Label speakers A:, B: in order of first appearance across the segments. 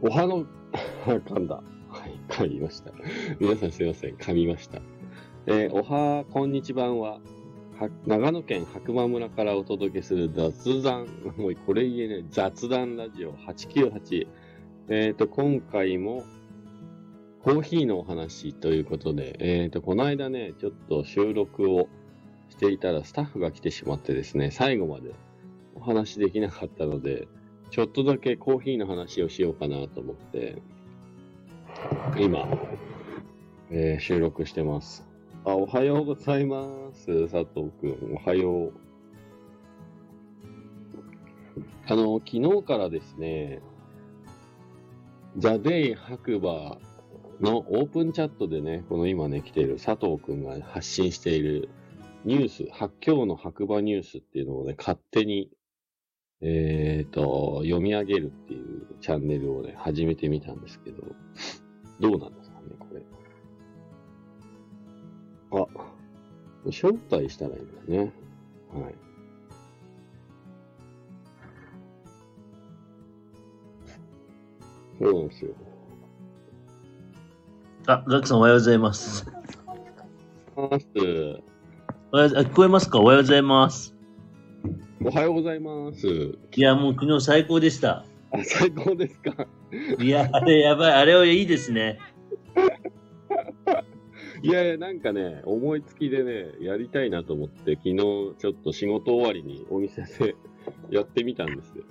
A: おはの、 噛んだ。はい、噛みました。皆さんすいません、噛みました。えーおはこんにちばんは、は長野県白馬村からお届けする雑談、 もうこれ言えねえ、雑談ラジオ898。えっ、と、今回も、コーヒーのお話ということで、えっ、と、この間ね、ちょっと収録をしていたらスタッフが来てしまってですね、最後までお話できなかったので、ちょっとだけコーヒーの話をしようかなと思って、今、えー収録してます。あ、おはようございます。佐藤くん、おはよう。あの、昨日からですね、ザ・デイ白馬のオープンチャットでね、この今ね、来ている佐藤くんが発信しているニュース、発狂の白馬ニュースっていうのをね、勝手にえー、と、読み上げるっていうチャンネルをね、始めてみたんですけど、どうなんですかね、これ。あ、招待したらいいんだね。はい。そうなんですよ。
B: あ、ガクさんおはようございます。
A: まず
B: おはようあ聞こえますかおはようございます。
A: おはようございます。
B: いや、もう昨日最高でした。
A: あ、最高ですか。
B: いや、あれやばい、あれはいいですね。
A: いやいや、なんかね、思いつきでね、やりたいなと思って、昨日ちょっと仕事終わりにお店でやってみたんですよ。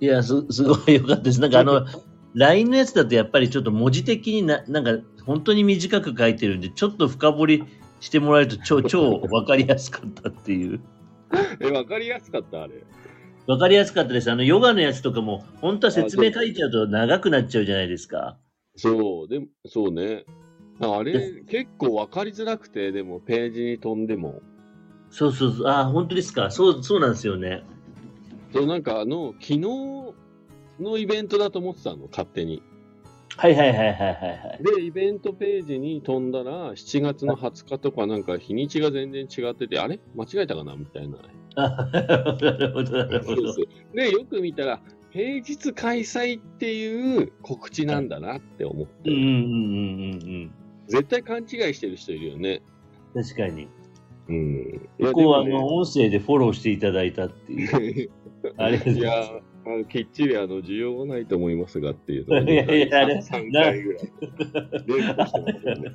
B: いや、すすごいよかったです。なんかあの、LINE のやつだとやっぱりちょっと文字的にな、なんか本当に短く書いてるんで、ちょっと深掘りしてもらえると超、超わかりやすかったっていう。
A: え、わかりやすかったあれ。
B: わかりやすかったです。あの、ヨガのやつとかも、本当は説明書いちゃうと長くなっちゃうじゃないですか。
A: そう、でも、そうね。ああれ、結構わかりづらくて、でも、ページに飛んでも。
B: そうそうそう。あ、本当ですか。そう、そうなんですよね。
A: そう、なんかあの、昨日のイベントだと思ってたの、勝手に。
B: はいはいはいはいはいはい。
A: で、イベントページに飛んだら、7月の20日とかなんか日にちが全然違ってて、あれ間違えたかなみたいな。
B: あなるほど、なる
A: そ
B: ほ
A: う
B: ど
A: そ。うで、よく見たら、平日開催っていう告知なんだなって思っ
B: う
A: て、
B: んうんうんうん
A: 絶対勘違いしてる人いるよね。
B: うん。確かに。
A: うん。いや
B: ここはあ
A: でもね
B: の音声でフォローしていただいたっていう。 ありがと
A: い
B: うご ざい
A: や
B: ま
A: ーあのきっちりあの需要はないと思いますがっていうのを
B: いやいやあれ
A: 3回ぐらい連呼してますよね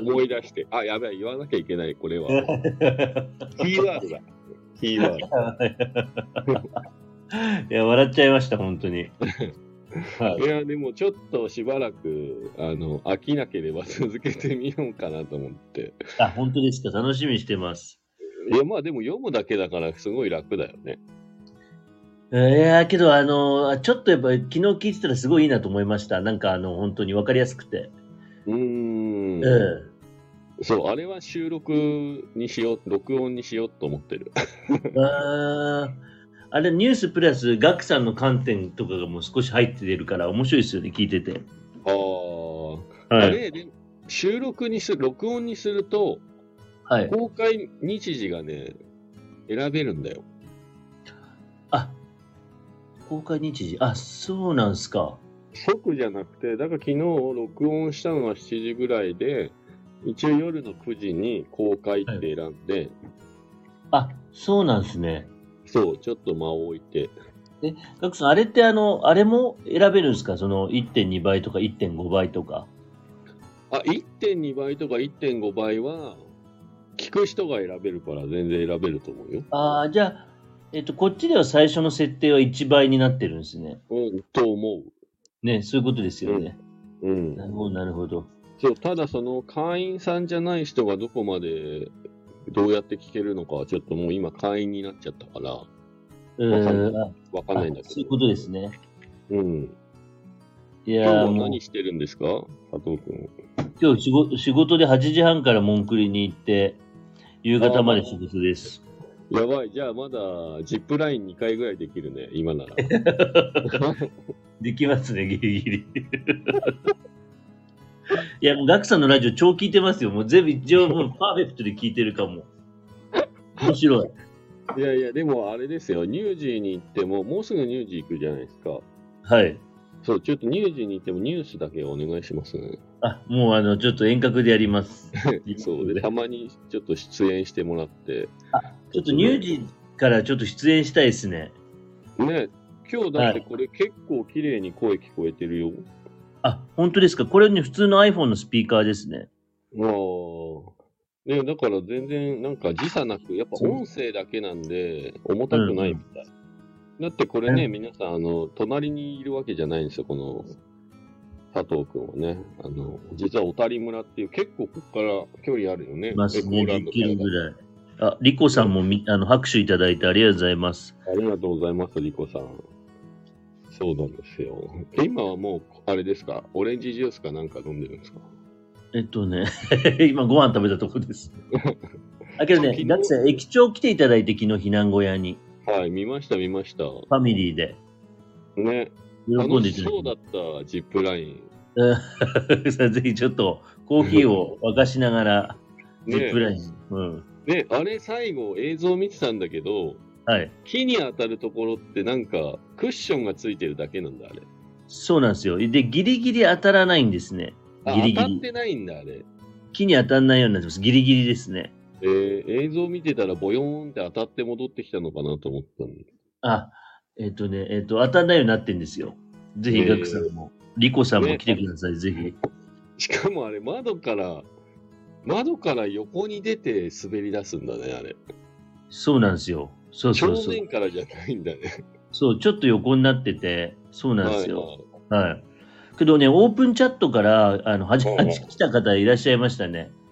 A: 思い出してあやべえ言わなきゃいけないこ れはキーワードだキーワード
B: す。いや、笑っちゃいました、本当に。はい
A: いやでもちょっとしばらくあの飽きなければ続けてみようかなと思って
B: あ、本当ですか。楽しみにしてます。
A: いやまあでも読むだけだからすごい楽だよね
B: いやーけど、あのー、ちょっとやっぱ昨日聞いてたらすごいいいなと思いました。なんか、あの、本当に分かりやすくて。
A: うーん
B: うん。
A: そうあれは収録にしよう録音にしようと思ってる
B: あーあれ、ニュースプラス、ガクさんの観点とかがもう少し入ってるから、面白いですよね、聞いてて。
A: ああ
B: は
A: あ
B: い。
A: れ、で収録にする、録音にすると、
B: はい、
A: 公開日時がね、選べるんだよ。
B: あ公開日時あそうなんすか
A: 即じゃなくて、だから昨日録音したのは7時ぐらいで、一応夜の9時に公開って選んで、
B: あそうなんすね
A: そう、ちょっと間を置いて。
B: ガクさんあれってあのあれも選べるんですかその1.2倍とか1.5倍とか
A: あ、1.2倍とか1.5倍は、聞く人が選べるから全然選べると思うよ。
B: ああじゃあ、えっと、こっちでは最初の設定は1倍になってるんですね
A: うん、と思
B: ねそういうことですよね、
A: う。うん。
B: なるほどなるほど
A: そう、ただその会員さんじゃない人がどこまでどうやって聞けるのかはちょっともう今会員になっちゃったから
B: う
A: わかん
B: ーんあ
A: わかん
B: あ
A: ないんだ
B: そう
A: け
B: いう
A: ど。
B: ことですね
A: うん。
B: い
A: 今日
B: やー
A: は
B: もう
A: 何してるんですか佐藤君。
B: 今日仕事仕事で8時半からモンクリに行って夕方まで仕事です
A: やばい、じゃあまだジップライン2回ぐらいできるね、今 なら。
B: できますね、ギリギリ。 いや、もうガクさんのラジオ超聞いてますよ。もう全部一応もうパーフェクトで聞いてるかも。面白い。
A: いやいや、でもあれですよ、乳児に行っても、もうすぐ乳児行くじゃないですか。
B: はい。
A: そう、ちょっと乳児に行ってもニュースだけお願いしますね。
B: あ、もうあの、ちょっと遠隔でやります。
A: そうで、たまにちょっと出演してもらって。
B: ちょっと乳児からちょっと出演したいですね。
A: ね、今日だってこれ結構綺麗に声聞こえてるよ。
B: あ、本当ですか。これね、普通の iPhone のスピーカーですね。
A: ああ。ね、だから全然なんか時差なく、やっぱ音声だけなんで重たくないみたい。だってこれね、皆さん、あの、隣にいるわけじゃないんですよ、この佐藤くんはね。あの、実は小谷村っていう結構ここから距離あるよね。
B: いますね、
A: エコーラン
B: で
A: ド
B: きる
A: か
B: ぐらい。あ、リコさんもみあの拍手いただいてありがとうございます。
A: らありがとうございます、リコさん。そうなんですよ。で今はもう、あれですか、オレンジジュースかなんか飲んでるんですか
B: えっとね、 今ご飯食べたとこです。あけど
A: 昨
B: ね、
A: 日
B: だって駅長来ていただいて、昨日避難小屋に、
A: はい、見ました、見ました。
B: ファミリーで。
A: ね、
B: 喜ん
A: 楽
B: でいた
A: し
B: だ
A: そうだ
B: い
A: った、ジップライン。
B: て。さあぜひちょっとコーヒーを沸かしながら、ジップライン。うん。
A: ね、あれ最後映像見てたんだけど、
B: はい。
A: 木に当たるところってなんかクッションがついてるだけなんだ、あれ。
B: そうなんですよ。で、ギリギリ当たらないんですね。
A: あ
B: ギリギリ
A: 当たってないんだ、あれ。
B: 木に当たらないようになってます。ギリギリですね。
A: えー、映像見てたらボヨーンって当たって戻ってきたのかなと思ったんだ
B: あ、えっ、とね、えっ、と、当たらないようになってんですよ。ぜひ、
A: えー
B: ガクさんも、リコさんも来てください、ぜひ。
A: しかもあれ窓から、窓から横に出て滑り出すんだね、あれ。
B: そうなんですよ。そうそう
A: 正
B: そう。
A: 面からじゃないんだね。
B: そう、ちょっと横になってて、そうなんで
A: は
B: すよ。
A: いはい
B: はい、けどね、オープンチャットから、あの、はじ、
A: はいはい
B: はじ来た方いらっしゃいましたね。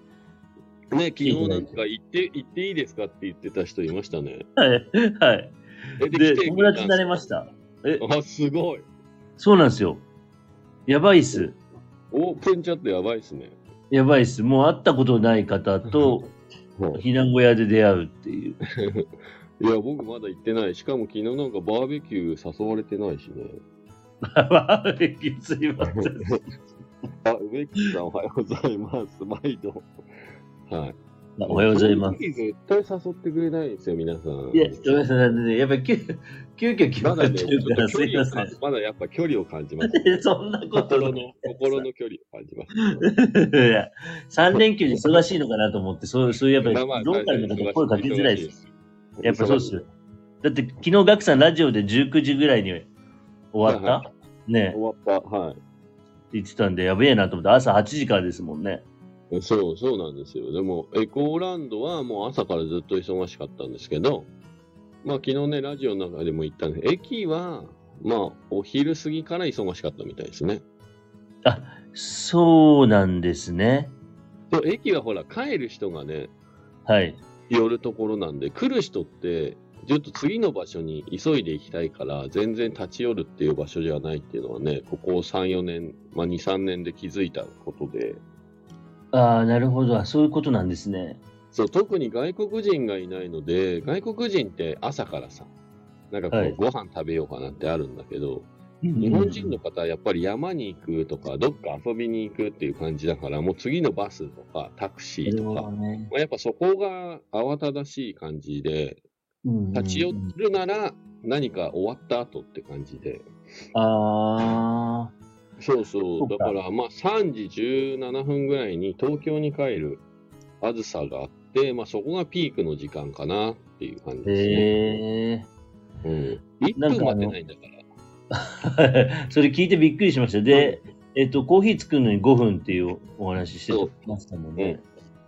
A: ね、昨日なんか行って、行っていいですかって言ってた人いましたね。
B: はい。はい。
A: え
B: で、友達になれま
A: 来
B: し。
A: て
B: た。え
A: くれたんですかあ、すごい。
B: そうなんですよ。やばいっす。
A: オープンチャットやばいっすね。
B: やばいっす。もう会ったことない方と、避難小屋で出会うって いう。
A: いや、僕まだ行ってない。しかも昨日なんかバーベキュー誘われてないしね。
B: バーベキューすいません。
A: あ、植木さんおはようございます。毎度。はい。
B: おはようございます。
A: す。絶対誘ってくれないですよ、皆さん。
B: いや、ごめんなさい、ね、やっぱり急 急遽決ま
A: ま
B: っ
A: だね、
B: て
A: ち
B: るか
A: ょっと
B: ら、
A: 距
B: すい
A: 離
B: ま
A: を
B: せ
A: 感
B: ん。。
A: まだやっぱ距離を感じます、ね
B: そんなこと
A: 心
B: な
A: の
B: い、
A: 心の距離を感じます。
B: いや3連休で忙しいのかなと思って、そうそういうやっ
A: まあま
B: ぱ
A: あ
B: り、ローカルの方、声かけづらいです。。
A: 忙し
B: やっぱそうっすよ。だって、昨日、ガクさん、ラジオで19時ぐらいに終わ
A: は
B: ったね
A: 終わった。はい。
B: 言ってたんで、やべえなと思って、朝8時からですもんね。
A: そう、そうなんですよ。でも、エコーランドはもう朝からずっと忙しかったんですけど、まあ昨日ね、ラジオの中でも言ったんで、駅は、まあお昼過ぎから忙しかったみたいですね。
B: そうなんですね。
A: で駅はほら、帰る人がね、
B: はい。
A: 寄るところなんで、来る人って、ちょっと次の場所に急いで行きたいから、全然立ち寄るっていう場所じゃないっていうのはね、ここ3、4年、まあ2、3年で気づいたことで、
B: ああ、なるほど。あそういうことなんですね。
A: そう、特に外国人がいないので、外国人って朝からさ、なんかこう、
B: はい
A: ご飯食べようかなってあるんだけど、
B: 日
A: 日本人の方はやっぱり山に行くとか、どっか遊びに行くっていう感じだから、もう次のバスとかタクシーとか、まあ、やっぱそこが慌ただしい感じで、立ち寄るなら何か終わった後って感じで、
B: ああ、
A: そう
B: そ
A: そうう、
B: か
A: だからまあ3時17分ぐらいに東京に帰るあずさがあって、まあそこがピークの時間かなっていう感じですね。
B: へえ。
A: うん、
B: なん
A: 1
B: か
A: 分
B: あの
A: 待てないんだから。
B: それ聞いてびっくりしました。で、えっと、コーヒー作るのに5分っていうお話ししてましたもんね。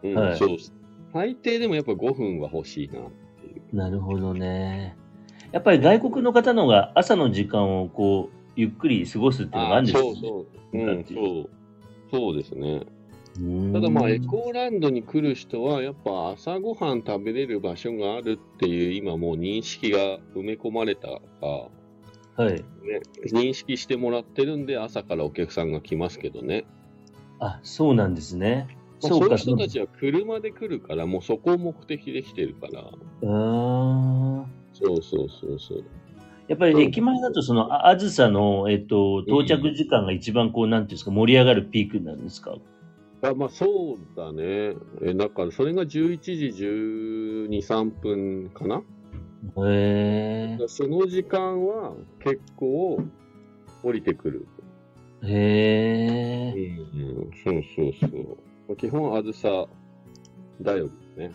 A: うん
B: はい
A: そう最低でもやっぱ5分は欲しいな。
B: なるほどね。やっぱり外国の方の方が朝の時間をこう、ゆっくり過ごすっていうのがあるんです
A: そうそう。う
B: なん
A: ん、
B: ていう
A: そう。そうですね。
B: うーん
A: ただまあ、エコーランドに来る人は、やっぱ朝ごはん食べれる場所があるっていう、今もう認識が埋め込まれたか、
B: はい。
A: 認識してもらってるんで、朝からお客さんが来ますけどね。
B: あ、そうなんですね。
A: まあ
B: そうか、
A: そういう人た
B: そう
A: ちは車で来るから、もうそこを目的で来てるから。
B: うーん
A: そうそうそうそう。
B: やっぱり駅前だと、その、ああずさの、えっと、到着時間が一番こう、なんていうんですか、盛り上がるピークになるんですか
A: あまあそうだね。えだからそれが11時12、3分かな。
B: へえ。
A: その時間は結構降りてくる。
B: へえ。
A: うん、そうそうそう。基本、あずさ頼りね。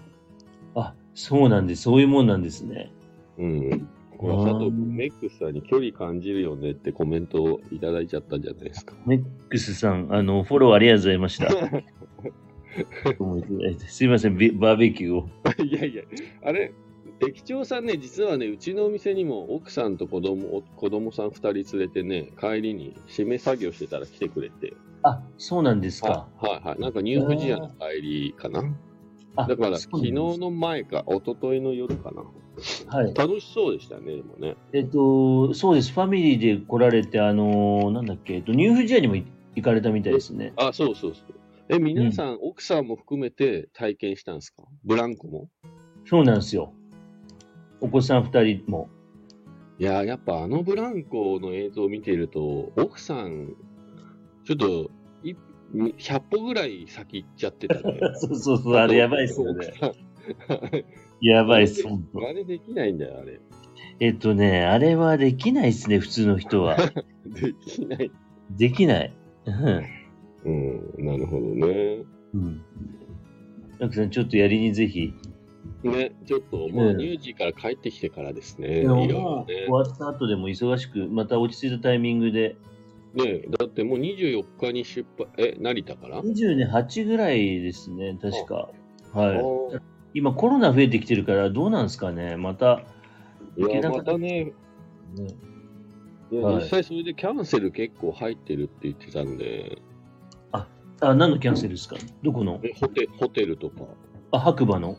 B: あ、そうなんです。そういうもんなんですね。
A: うん。これ
B: あー
A: 佐藤君、メックスさんに距離感じるよねってコメントをいただいちゃったんじゃないですか。
B: メックスさん、あの、フォローありがとうござい ました。どうもいただいてすいません、ビバーベキューを。
A: いやいや、あれ、駅長さんね、実はね、うちのお店にも奥さんと子供お子供さん2人連れてね、帰りに締め作業してたら来てくれて、
B: あ、そうなんですか
A: は。いはいはい、なんかニューフジアの帰りかな。
B: あ
A: だから、
B: そ
A: 昨
B: うなん
A: 日
B: です
A: の前か、一昨日の夜かな。
B: はい。
A: 楽しそうでしたね、でもね。
B: えっと、そうです。ファミリーで来られて、あのーなんだっけ、えっと、ニューフジアにもい行かれたみたいですね。
A: あ、そうそうそう。え、皆さん、奥さんも含めて体験したんですかブランコも
B: そうなんですよ。お子さん2人も。
A: いやー、やっぱあのブランコの映像を見ていると、奥さん、ちょっと、い100歩ぐらい先行っちゃってたね。
B: そうそうそう、あれやばいっすよね。
A: 奥さん。
B: やばいっす、ほんと。
A: あれできないんだよ、あれ。
B: えっとね、あれはできないっすね、普通の人は。
A: できない。
B: できない。うん
A: うん、なるほどね。
B: うん。ラクさん、ちょっとやりにぜひ。
A: ね、ちょっと、まあ、
B: ね
A: 乳児から帰ってきてからですね。い
B: で
A: ろ
B: も
A: い
B: も
A: ろ
B: う終わった後でも忙しく、また落ち着いたタイミングで、
A: ね。ね、だってもう24日に出発、え、成田から、
B: 28ぐらいですね、確か。はい。
A: おー
B: 今コロナ増えてきてるからどうなんですかねまた、
A: い
B: 行け
A: や、
B: なか
A: ま
B: った
A: たね、
B: ね
A: いや
B: はい
A: 実際それでキャンセル結構入ってるって言ってたんで、
B: あ何のキャンセルですかどこの
A: えホテホテルとか。
B: あ白馬の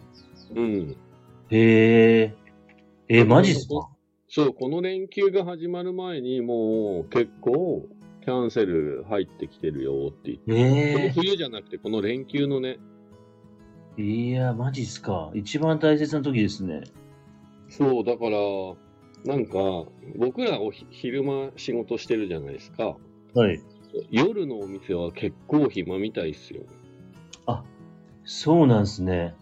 A: うん。
B: へええマジっすか
A: そう、この連休が始まる前にもう結構キャンセル入ってきてるよって言って。この
B: え
A: 冬じゃなくて、この連休のね、
B: えいやマジっすか一番大切な時ですね
A: そう、だから、なんか、僕らおひ昼間仕事してるじゃないですか。
B: はい
A: 夜のお店は結構暇みたいっすよ。
B: そうなんすね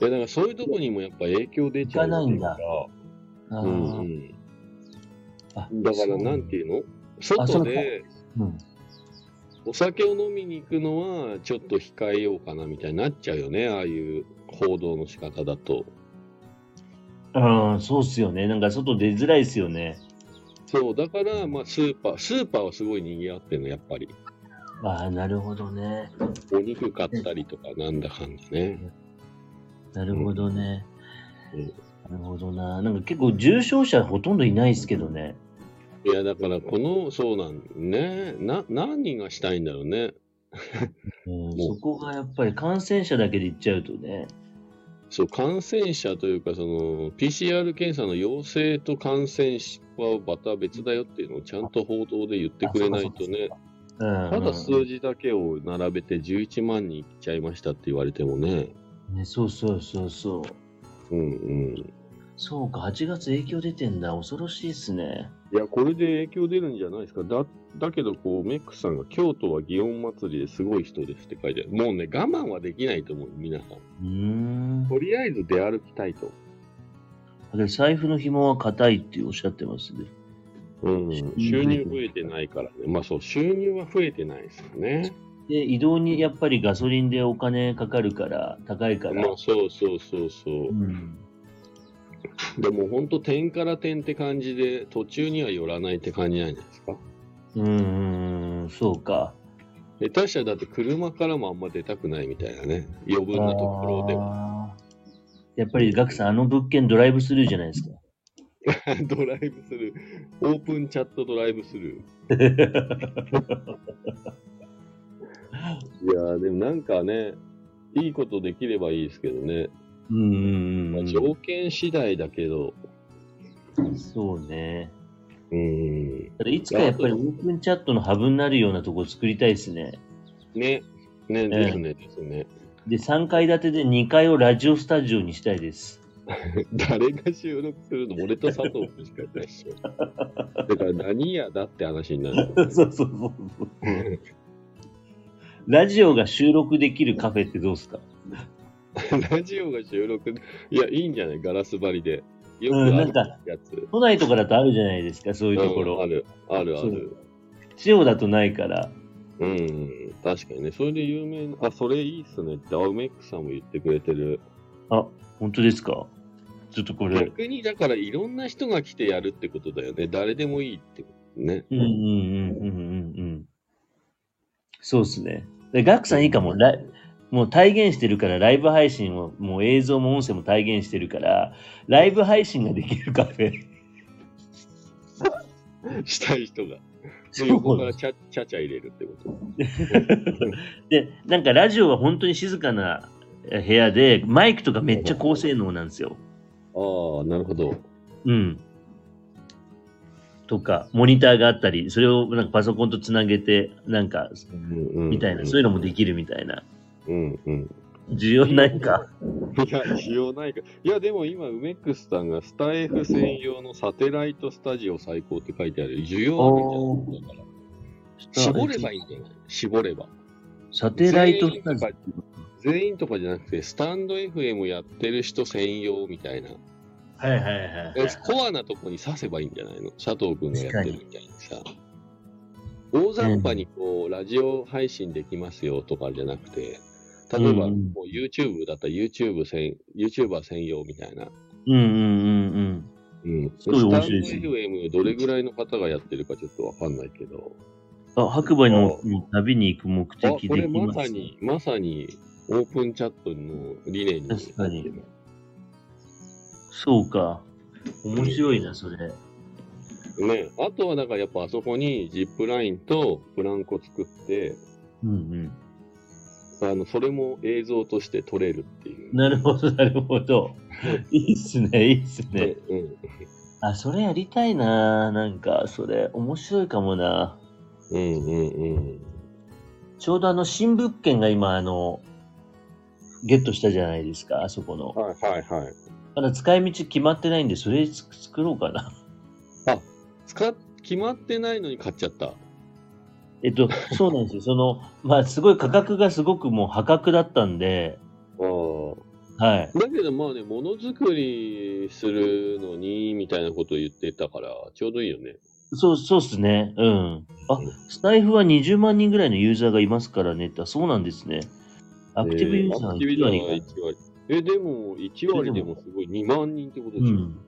A: いや、だからそういうとこにもやっぱ影響出ちゃうっていうか
B: 行かあー、
A: うんうん。
B: あ
A: だから、なんて
B: いう、
A: いうの
B: あ
A: 外
B: そう
A: で
B: うん、
A: お酒を飲みに行くのはちょっと控えようかなみたいになっちゃうよね、ああいう報道の仕方だと。
B: あーそうっすよねなんか外出づらいっすよね
A: そう、だから、まあ、スーパー、スーパーはすごい賑わってるの、やっぱり。
B: ああなるほどね
A: お肉買ったりとか、なんだかんだね。
B: なるほどね、
A: うん
B: なるほどななんか結構重症者ほとんどいないっすけどね、
A: いや、だから、この、そうなんね、な、何がしたいんだろうね。
B: うん
A: もう
B: そこがやっぱり感染者だけでいっちゃうとね。
A: そう、感染者というか、その、PCR 検査の陽性と感染者はまた別だよっていうのをちゃんと報道で言ってくれないとね、
B: うん、
A: ただ数字だけを並べて11万人いっちゃいましたって言われてもね、
B: ね。そうそうそうそう。
A: うんうん。
B: そうか、8月影響出てんだ。恐ろしいっすね。
A: いや、これで影響出るんじゃないですか。だ、だけど、こう、メックさんが、京都は祇園祭りですごい人ですって書いてある。もうね、我慢はできないと思う、皆さん。
B: うーん。
A: とりあえず出歩きたいと。
B: だけど財布の紐は硬いっておっしゃってますね。
A: うん。収
B: 収
A: 入
B: 入
A: 増えてないからね。まあそう、収入は増えてないですよね。
B: で、移動にやっぱりガソリンでお金かかるから、高いから。
A: まあそうそうそうそう
B: う。ん、
A: でも本当点から点って感じで、途中には寄らないって感じなんじゃないですか。
B: うんうんうん、そうか。
A: 下手したらだって車からもあんま出たくないみたいなね。余分なところでは。
B: あーやっぱりガクさん、あの物件ドライブスルーじゃないですか。
A: ドライブする。オープンチャットドライブす る。いやーでもなんかね、いいことできればいいですけどね。
B: うんうん
A: ま
B: う
A: あ、
B: ん。
A: 条件次第だけど、
B: そうね。
A: うーん。
B: ただいつかやっぱりオープンチャットのハブになるようなとこ作りたいですね。
A: ね。ね、ですね、ですね。
B: で、3階建てで2階をラジオスタジオにしたいです。
A: 誰が収録するの俺と佐藤君しかいないっし ょ。だから何やだって話になる。
B: そうそうそうそう。 ラジオが収録できるカフェってどうですか
A: ラジオが収録、いや、いいんじゃないガラス張りで。よく
B: うん、
A: あ
B: な
A: る
B: んか、
A: やつ。
B: 都内とかだとあるじゃないですか、そういうとこ
A: うんあ
B: ろ。
A: る、ある、ある。
B: 塩だとないから。
A: うん、確かにね。それで有名な、あ、それいいっすねって、あ、梅ックさんも言ってくれてる。
B: あ、本当ですかちょっとこれ。
A: 逆に、だからいろんな人が来てやるってことだよね。誰でもいいってことね。
B: うんうんうんうんうんうん。そうですね。でガクさんいいかも。ライもう体現してるから、ライブ配信を、もう映像も音声も体現してるから、ライブ配信ができるカフェ。
A: したい人が。
B: そう
A: 横からちゃちゃちゃ入れるって こと。
B: で、なんかラジオは本当に静かなえ部屋で、マイクとかめっちゃ高性能なんですよ。
A: ああ、なるほど。
B: うん。とか、モニターがあったり、それをなんかパソコンとつなげて、なんか、みたいな、そういうのもで
A: き
B: きるみたいな。
A: うんうん。
B: 需要ないか。
A: いや、需要ないか。いや、でも今、梅ックスさんがスタイフ専用のサテライトスタジオ最高って書いてある。需要あるんじゃないだから。絞ればいいんじゃない絞れば。
B: サテライトスタジオ。
A: 全員とかじゃなくて、スタンド FM やってる人専用みたいな。
B: はいはいはいはい。
A: コアなとこに刺せばいいんじゃないの佐藤君がやってるみたいにさ。大雑把にこう、ラジオ配信できますよとかじゃなくて、例えば、
B: うんうん
A: もう YouTube だったら YouTube 専、YouTuber 専用みたいな。
B: うんうんうんうん。
A: うん。ス
B: ごい
A: タンド
B: 面白いですね
A: FM どれぐらいの方がやってるかちょっとわかんないけど。
B: あ、白馬の旅に行く目
A: あ、
B: 的
A: こ
B: で
A: れ
B: き
A: ま
B: ま
A: さ
B: す。
A: に、まさにオープンチャットの理念になってる。
B: 確かにそうか。面白いな、それ。
A: ね、あとはだからやっぱあそこにジップラインとブランコ作って、
B: うんうん。
A: あのそれも映像として撮れるっていう。
B: なるほど、なるほど。 いいっすね、いいっすね。
A: うん
B: あ、それやりたいな。なんか、それ、面白いかもな。
A: うんうんうん。
B: ちょうどあの、新物件が今、あの、ゲットしたじゃないですか、あそこの。
A: はいはいはい。
B: まだ使い道決まってないんで、それつ作ろうかな。
A: 使っ決まってないのに買っちゃった。
B: えっと、そうなんですよ。その、まあ、すごい価格がすごくもう破格だったんで、はい。
A: だけどまあね、ものづくりするのにみたいなことを言ってたから、ちょうどいいよね。
B: そう、そうっすね。うん。あ
A: うん、
B: スタイフは20万人ぐらいのユーザーがいますからねって、あそうなんですね。アクティブユーザー
A: え
B: は
A: アクティブ
B: 1
A: ユー
B: 割
A: ザー
B: が
A: は1割。え、でも1割でもすごい2万人ってことで
B: う
A: しょ。
B: ん。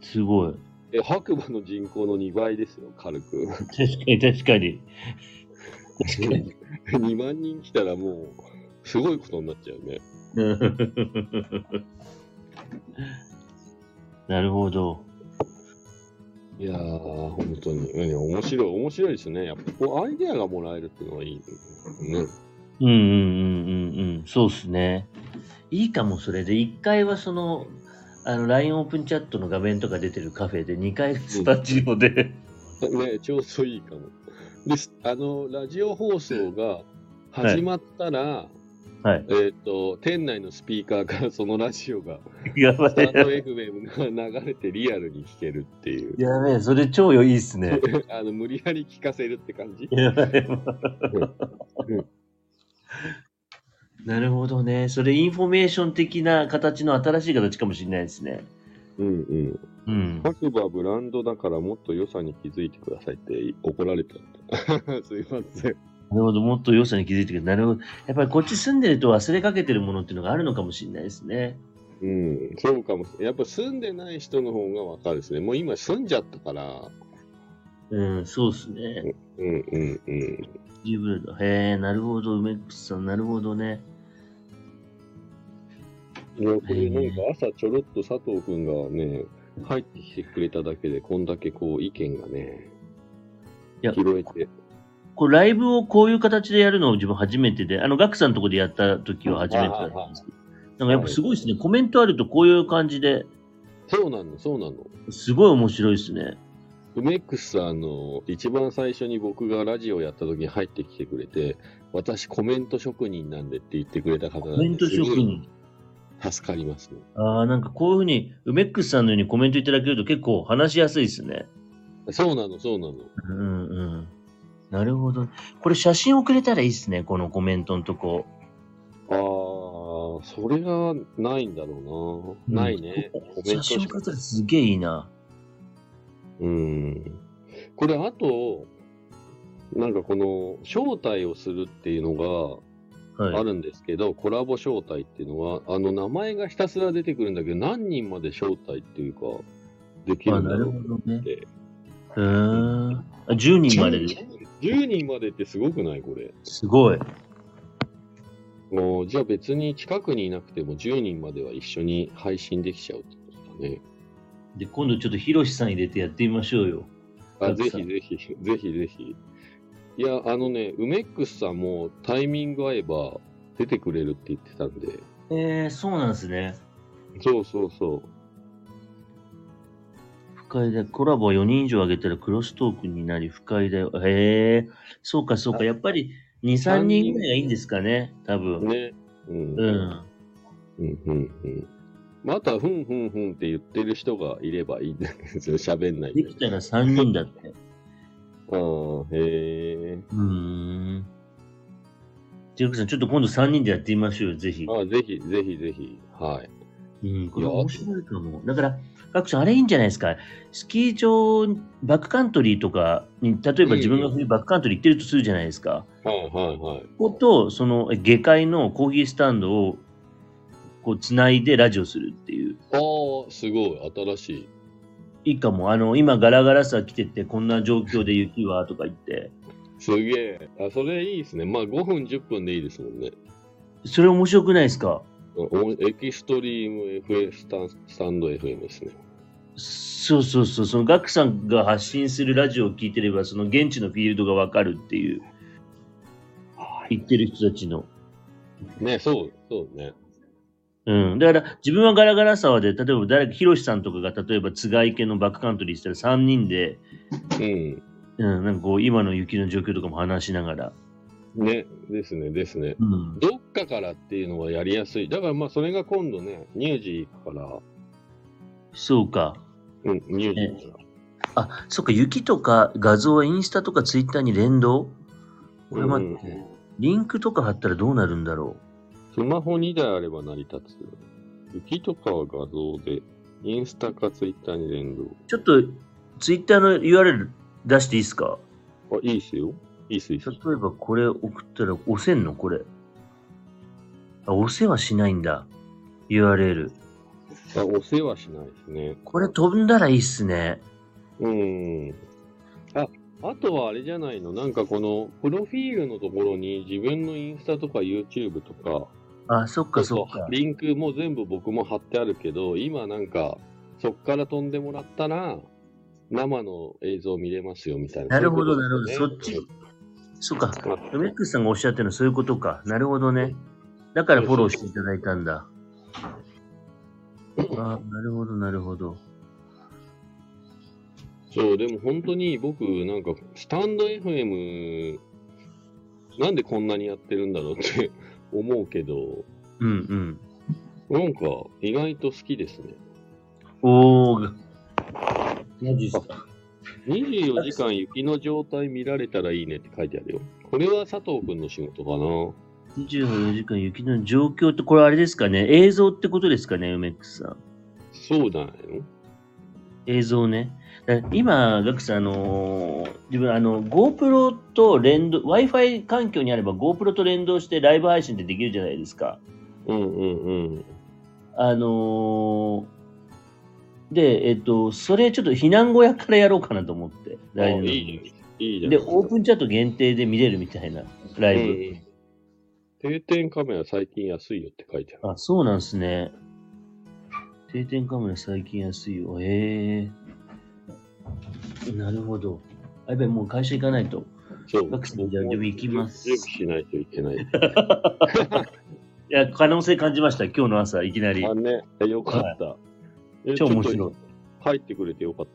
B: すごい。
A: え、白馬の人口の2倍ですよ、軽く。
B: 確かに、確かに。確 かに。
A: 2万人来たらもう、すごいことになっちゃうね。
B: うんなるほど。
A: いやー、本当に。うん面白い、面白いですね。やっぱこう、アイデアがもらえるっていうのはいい。ね。
B: うんうんうんうんうん、そうっすね。いいかも、それで。1階はその、あの、LINE オープンチャットの画面とか出てるカフェで、2階がスタジオで、
A: ね、ちょうどいいかも。です。あの、ラジオ放送が始まったら、
B: はい。
A: えっ、と、店内のスピーカーからそのラジオが、
B: やば
A: スタン
B: い。
A: ド FM が流れてリアルに聞けるっていう、
B: やべえ、それ超良いっすね。
A: あの無理やり聞かせるって感じ。
B: やばい
A: うん。
B: なるほどね。それ、インフォメーション的な形の新しい形かもしれないですね。
A: うんうん。
B: うん。
A: 各馬ブランドだからもっと良さに気づいてくださいって怒られちゃった。 すいません。
B: なるほど、もっと良さに気づいてくれる。なるほど。やっぱりこっち住んでると忘れかけてるものっていうのがあるのかもしれないですね。
A: うん、そうかもしれない。やっぱ住んでない人の方がわかるですね。もう今住んじゃったから。
B: うん、そうですね。
A: うんうんうん。
B: 十分だ。へえ、なるほど、梅ッさん、なるほどね。
A: いや、これなんか朝ちょろっと佐藤くんがね、入ってきてくれただけで、こんだけこう意見がね、
B: いや
A: 拾えて。
B: こうライブをこういう形でやるのを自分初めてで、あの、ガクさんのとこでやった時は初めてだったんですけど、なんかやっぱすごいですね。コメントあるとこういう感じで、
A: そうなの、そうなの。
B: すごい面白いですね。
A: 梅ックスさんの一番最初に僕がラジオやった時に入ってきてくれて、私コメント職人なんでって言ってくれた方
B: コ
A: なんで
B: メント職人。
A: すごい助かりますね。
B: ああ、なんかこういうふうに、梅ックスさんのようにコメントいただけると結構話しやすいですね。
A: そうなの、そうなの。
B: うんうん。なるほど。これ写真をくれたらいいですね、このコメントのとこ。
A: ああ、それがないんだろうな。
B: うん
A: ないね。コメント
B: 写真を
A: し
B: く
A: か
B: れ。たらすげえいいな。
A: うん。これ、あと、なんかこの、招待をするっていうのがあ
B: はい。
A: るんですけど、コラボ招待っていうのは、あの、名前がひたすら出てくるんだけど、何人まで招待っていうか、できる
B: あ、
A: んだ
B: な
A: ろ
B: る
A: う
B: ほどね
A: っ。て。
B: うーん。あ10人までです。
A: 10人までってすごくないこれ。
B: すごい。
A: もう、じゃあ別に近くにいなくても10人までは一緒に配信できちゃうってことだね。
B: で、今度ちょっとヒロシさん入れてやってみましょうよ。
A: あ、ぜ
B: たく
A: ひ
B: さん
A: ぜひ、ぜひぜひ。いや、あのね、梅ックスさんもタイミング合えば出てくれるって言ってたんで、
B: えー、そうなんですね。
A: そうそうそう。
B: 不快でコラボ4人以上上げたらクロストークになり不快だよ。へえ、そうかそうか。やっぱり2、3人ぐらいがいいんですかね、多分。
A: ね。うん。
B: う
A: うん、
B: ん。
A: うん、うん。また、ふんふんふんって言ってる人がいればいいん ですよ、喋んない
B: で
A: で。
B: きたら3人だって。
A: あーへえ。
B: うーん。ジェイクさん、ちょっと今度3人でやってみましょうよ、ぜひ。
A: あ、ぜひ、ぜひぜひ。はい。
B: うん、これ面白いかも。だから、各さん、あれいいんじゃないですか。スキー場、バックカントリーとかに、例えば自分が冬バックカントリー行ってるとするじゃないですか。
A: はい、はい、はい。
B: ここと、その、下界のコーヒースタンドを、こう、つないでラジオするっていう。
A: ああ、すごい、新しい。
B: いいかも。あの、今、ガラガラさ来てて、こんな状況で雪は、とか言って。
A: すげえ。あ、それいいですね。まあ、5分、10分でいいですもんね。
B: それ面白くないですか
A: おエキストリーム FA スタンスタンド FM ですね。
B: そうそうそう、そのガクさんが発信するラジオを聞いてれば、その現地のフィールドがわかるっていう、言ってる人たちの。
A: ね、そう、そうね。
B: うん。だから、自分はガラガラ沢で、例えば誰か、ヒロシさんとかが、例えば、津軽系のバックカントリーしたら3人で、
A: うん。
B: うん、なんかこう、今の雪の状況とかも話しながら。
A: ね、ですね、ですね。
B: うん。
A: どっかからっていうのはやりやすい。だからまあ、それが今度ね、ニュージーから、
B: そうか。
A: うん、ニュージーから。
B: あ、そっか、雪とか画像はインスタとかツイッターに連動これ待って、
A: うん
B: リンクとか貼ったらどうなるんだろ
A: スマホ2台あれば成り立つ。雪とかは画像で、インスタかツイッターに連動。
B: うちょっと、ツイッターの URL 出していいですか
A: あ、いいっすよ。いいっす、いいっす。
B: 例えばこれ送ったら押せんのこれ。あ、押せはしないんだ。URL。
A: あ、お世話しないですね。
B: これ飛んだらいいっすね。
A: うん。あ、あとはあれじゃないのなんかこの、プロフィールのところに自分のインスタとか YouTube とか、
B: あ、そっかそっ
A: そうそ
B: か
A: う。リンクも全部僕も貼ってあるけど、今なんか、そっから飛んでもらったら、生の映像見れますよみたいな。
B: なるほど、
A: そう
B: なるほ
A: い
B: ど。
A: う
B: そ
A: こと
B: っ
A: です
B: ち
A: ね。
B: そっか。
A: あ
B: メックスさんがおっしゃってるのはそういうことか。なるほどね。だからフォローしていただいたんだ。あなるほど、なるほど。
A: そう、でも本当に僕、なんか、スタンド FM、なんでこんなにやってるんだろうって 思うけど、
B: うん
A: なんか、意外と好きですね。
B: うん。おー。マジっすか。
A: 24時間雪の状態見られたらいいねって書いてあるよ。これは佐藤くんの仕事か
B: 24時間雪の状況って、これあれですかね。映像ってことですかね、梅ックスさん。
A: なそうじゃないの
B: 映像ね。だ今、ガクさん、あのー自分、あの、GoPro と連動、Wi-Fi 環境にあれば GoPro と連動してライブ配信ってできるじゃないですか。
A: うんうんうん。
B: あのーで、えっと、それちょっと避難小屋からやろうかなと思って、
A: あ
B: ライブの
A: いいじゃん。いいじゃん。
B: で、オープンチャット限定で見れるみたいな、ライブ。
A: うん定点カメラ最近安いよって書いてある。
B: あ、そうなんですね。定点カメラ最近安いよ。へえ。なるほど。あやべ、もう会社行かないと。
A: そう。
B: ガクさんじゃあでも行きます
A: 準備しないといけない。
B: いや、可能性感じました、今日の朝、いきなり。
A: あね、よかった。え
B: 超面白い。
A: ちょっと入ってくれてよかっ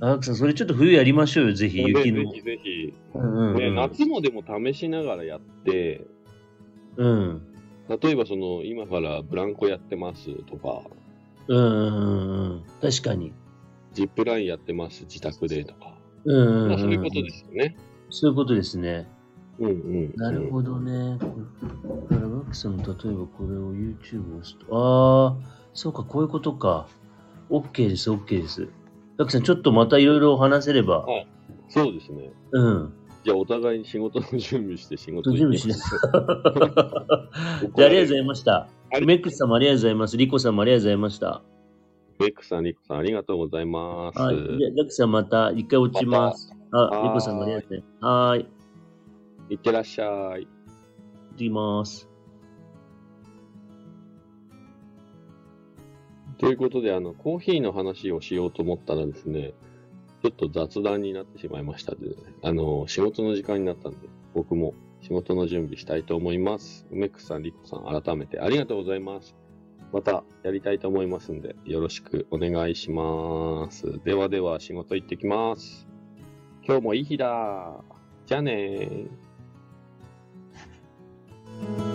A: た。
B: あガクさん、それちょっと冬やりましょうよ、ぜひ、
A: ねぜ
B: 雪の。
A: ひぜひ、
B: うんうんう
A: ね。
B: ん。
A: 夏もでも試しながらやって、
B: うん
A: 例えばその、今からブランコやってますとか、
B: うんうんうん。確かに。
A: ジップラインやってます、自宅でとか。
B: うんうん
A: まあ、
B: うん。
A: そういうことですよね。
B: そういうことですね。
A: うんうん。
B: なるほどね。だから、ガクさん、例えばこれを YouTube を押すと。ああ、そうか、こういうことか。OK です、OK です。ガクさん、ちょっとまたいろいろ話せれば
A: は。そうですね。
B: うん。
A: じゃあ、お互いに仕事の準備して仕事
B: 準備しな
A: 行
B: い
A: き
B: と。じゃあ、ありがとうございました。
A: あり
B: メックス様ありがとうございます。リコ様ありがとうございました。
A: ベックさん、リコさん、ありがとうございます。
B: はい。じゃあ、ザクさんまた一回落ちます。
A: た
B: あ、リコさんもありがとうございます。はーい。
A: いってらっしゃい。
B: 行ってきます。
A: ということで、あの、コーヒーの話をしようと思ったらですね、ちょっと雑談になってしまいましたで、ね、あの、仕事の時間になったんで、僕も仕事の準備したいと思います。梅クさん、リコさん、改めてありがとうございます。またやりたいと思いますんで、よろしくお願いします。ではでは、仕事行ってきます。今日もいい日だ。じゃあねー。